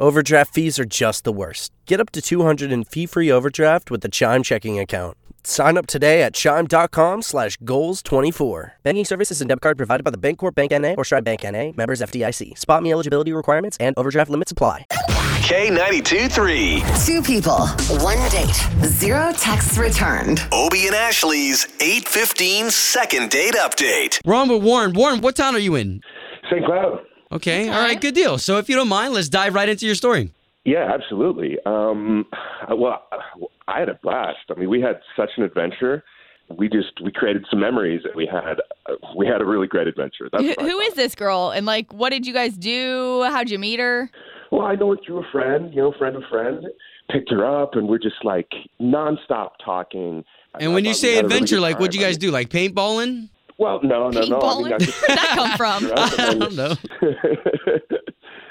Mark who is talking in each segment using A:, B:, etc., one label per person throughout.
A: Overdraft fees are just the worst. Get up to 200 in fee-free overdraft with the Chime checking account. Sign up today at chime.com slash goals24. Banking services and debit card provided by the Bancorp Bank N.A. or Stride Bank N.A. Members FDIC. Spot me eligibility requirements and overdraft limits apply.
B: K92 3.
C: Two people, one date, zero texts returned.
B: Obie and Ashley's 815 second date update.
D: We're on with Warren. Warren, what town are you in?
E: St. Cloud.
D: Okay. All right. Good deal. So if you don't mind, let's dive right into your story.
E: Yeah, absolutely. Um, well, I had a blast. I mean, we had such an adventure. We just we created some memories. and We had uh, we had a really great adventure. That's
F: Who,
E: what I
F: who
E: thought.
F: is this girl? And like, what did you guys do? How'd you meet her?
E: Well, I know it through a friend. You know, friend of friend picked her up, and we're just like nonstop talking. I-
D: And
E: I
D: when
E: thought
D: you
E: we
D: say
E: had a really
D: adventure,
E: good
D: like, what'd you
E: time. I
D: guys do?
E: mean-
D: Like paintballing?
E: Well, no, no, no. I mean, I
F: Paintballing?
E: just
F: Where'd that come from?
E: Right.
D: I don't know.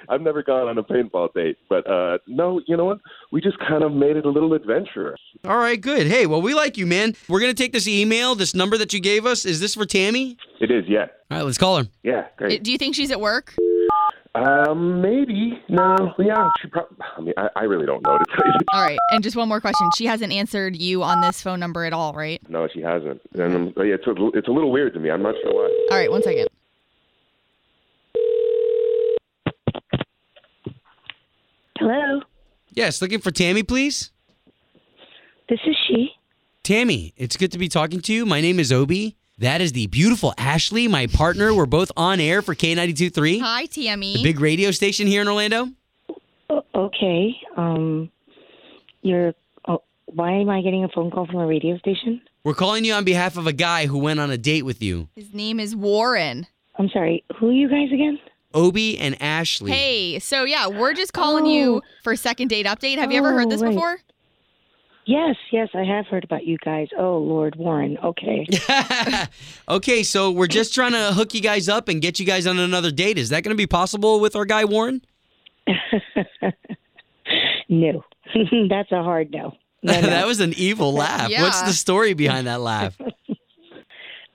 E: I've never gone on a paintball date, but uh, no, you know what? We just kind of made it a little adventurous.
D: All right. Good. Hey, well, we like you, man. We're going to take this email, this number that you gave us. Is this for Tammy?
E: It is, yeah,
D: All right. Let's call her.
E: yeah, great.
F: Do you think she's at work?
E: Um, maybe. No. Yeah. She probably. I mean, I, I really don't know to tell you. the
F: All right. And just one more question. She hasn't answered you on this phone number at all, right?
E: truth. No, she hasn't. And um, yeah, it's a, it's a little weird to me. I'm not sure why.
F: All right. One second.
G: Hello,
D: Yes. Looking for Tammy, please.
G: this is she.
D: Tammy, it's good to be talking to you. My name is Obi. That is the beautiful Ashley, my partner. We're both on air for K92.3,
F: Hi, Tammy.
D: the big radio station here in Orlando.
G: O- okay, um, you're. Oh, why am I getting a phone call from a radio station?
D: We're calling you on behalf of a guy who went on a date with you,
F: His name is Warren.
G: I'm sorry. Who are you guys again?
D: Obi and Ashley.
F: Hey, so yeah, we're just calling you for second date update. Have you ever heard
G: Oh,
F: this
G: right.
F: before?
G: Yes, yes, I have heard about you guys. Oh, Lord Warren. Okay.
D: okay, so we're just trying to hook you guys up and get you guys on another date. Is that going to be possible with our guy Warren?
G: no, that's a hard no. no, no.
D: that was an evil laugh. What's
F: Yeah.
D: the story behind that laugh?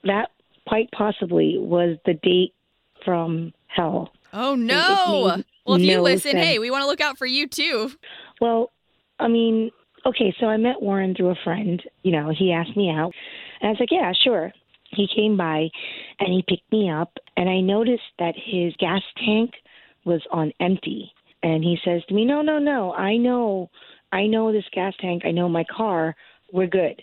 G: that quite possibly was the date from hell.
F: Oh no.
G: made
F: Well, if you
G: no
F: listen,
G: sense.
F: hey, we want to look out for you too.
G: Well, I mean, okay, so I met Warren through a friend. You know, he asked me out. And I was like, yeah, sure. He came by and he picked me up. And I noticed that his gas tank was on empty. And he says to me, no, no, no. I know. I know this gas tank. I know my car. We're good.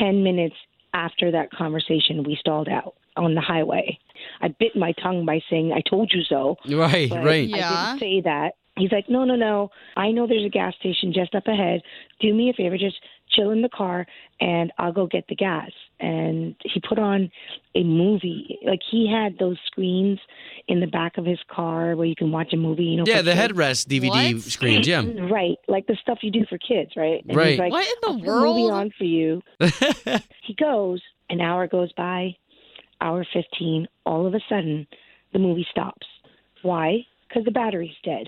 G: 10 minutes after that conversation, we stalled out on the highway. I bit my tongue by saying, I told you so.
D: Right,
G: But
D: right.
F: Yeah.
G: I didn't say that. He's like, no, no, no. I know there's a gas station just up ahead. Do me a favor, just chill in the car, and I'll go get the gas. And he put on a movie. Like he had those screens in the back of his car where you can watch a movie. You know,
D: Yeah,
G: for
D: the
G: kids.
D: headrest DVD
F: What?
D: screens. Yeah.
G: Right, like the stuff you do for kids, right? And
D: Right.
G: He's like,
F: What in the
G: I'll put a
F: world?
G: movie on for you. He goes. An hour goes by. Hour fifteen. All of a sudden, the movie stops. Why? Because the battery's dead.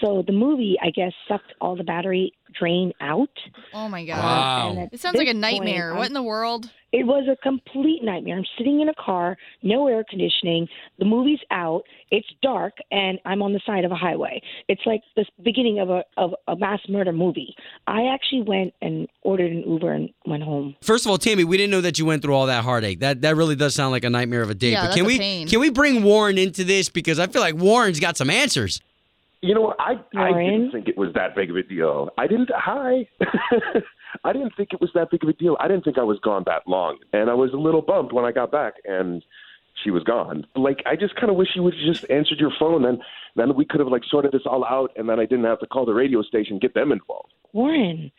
G: So the movie, I guess, sucked all the battery drain out.
F: Oh my god.
D: Wow.
G: at
F: It sounds like
G: this
F: a nightmare.
G: point,
F: what
G: I'm-
F: in the world?
G: It was a complete nightmare. I'm sitting in a car, no air conditioning. The movie's out. It's dark, and I'm on the side of a highway. It's like the beginning of a of a mass murder movie. I actually went and ordered an Uber and went home.
D: First of all, Tammy, we didn't know that you went through all that heartache. That that really does sound like a nightmare of a date.
F: Yeah,
D: but
F: that's
D: can
F: a
D: we
F: pain.
D: can we bring Warren into this because I feel like Warren's got some answers.
E: You know what? I I
G: Lauren?
E: didn't think it was that big of a deal. I didn't. Hi. I didn't think it was that big of a deal. I didn't think I was gone that long, and I was a little bummed when I got back and she was gone. Like I just kind of wish you would have just answered your phone, and then we could have like sorted this all out, and then I didn't have to call the radio station get them involved.
G: Warren,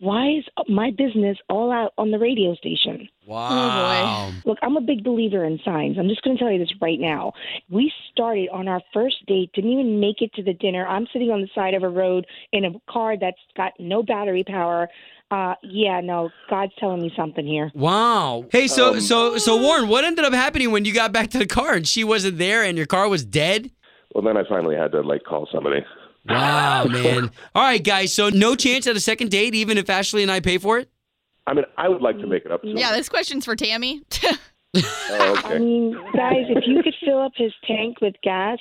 G: why is my business all out on the radio station?
F: Oh,
D: Wow.
G: Look, I'm a big believer in signs. I'm just going to tell you this right now. We started on our first date, didn't even make it to the dinner. I'm sitting on the side of a road in a car that's got no battery power. Uh, yeah, no, God's telling me something here.
D: Wow. Hey, so
F: Oh.
E: Um,
D: so so Warren, what ended up happening when you got back to the car and she wasn't there and your car was dead?
E: Well, then I finally had to like call somebody.
D: Wow, man. All right, guys. So no chance at a second date, even if Ashley and I pay for it.
E: I mean, I would like to make it up to
F: Yeah,
E: her.
F: this question's for Tammy.
E: Oh,
G: I
E: okay.
G: mean, guys, if you could fill up his tank with gas,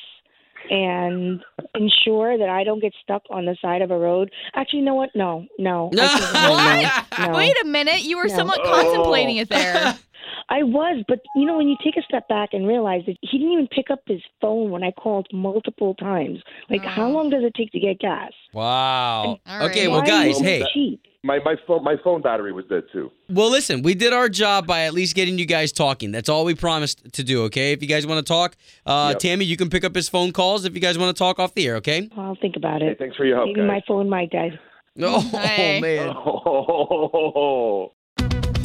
G: and ensure that I don't get stuck on the side of a road. Actually, you know what? No, no. I can't- no, no, no.
F: Wait a minute. You were
G: No.
F: somewhat contemplating it there.
G: I was, but you know, when you take a step back and realize that he didn't even pick up his phone when I called multiple times. Like, how
E: Mm.
G: long does it take to get gas?
D: Wow.
F: All
D: Okay,
F: right.
D: well,
G: Why
D: guys,
G: is it
D: hey.
G: cheap?
E: My my phone my phone battery was dead too.
D: Well, listen, we did our job by at least getting you guys talking. That's all we promised to do, okay? If you guys want to talk, uh,
E: Yep.
D: Tammy, you can pick up his phone calls if you guys want to talk off the air, okay?
G: Well, I'll think about
E: Hey,
G: it.
E: thanks for your help,
G: Maybe
E: guys.
G: my phone might die.
D: No,
F: Hey.
D: oh, man.
E: Oh,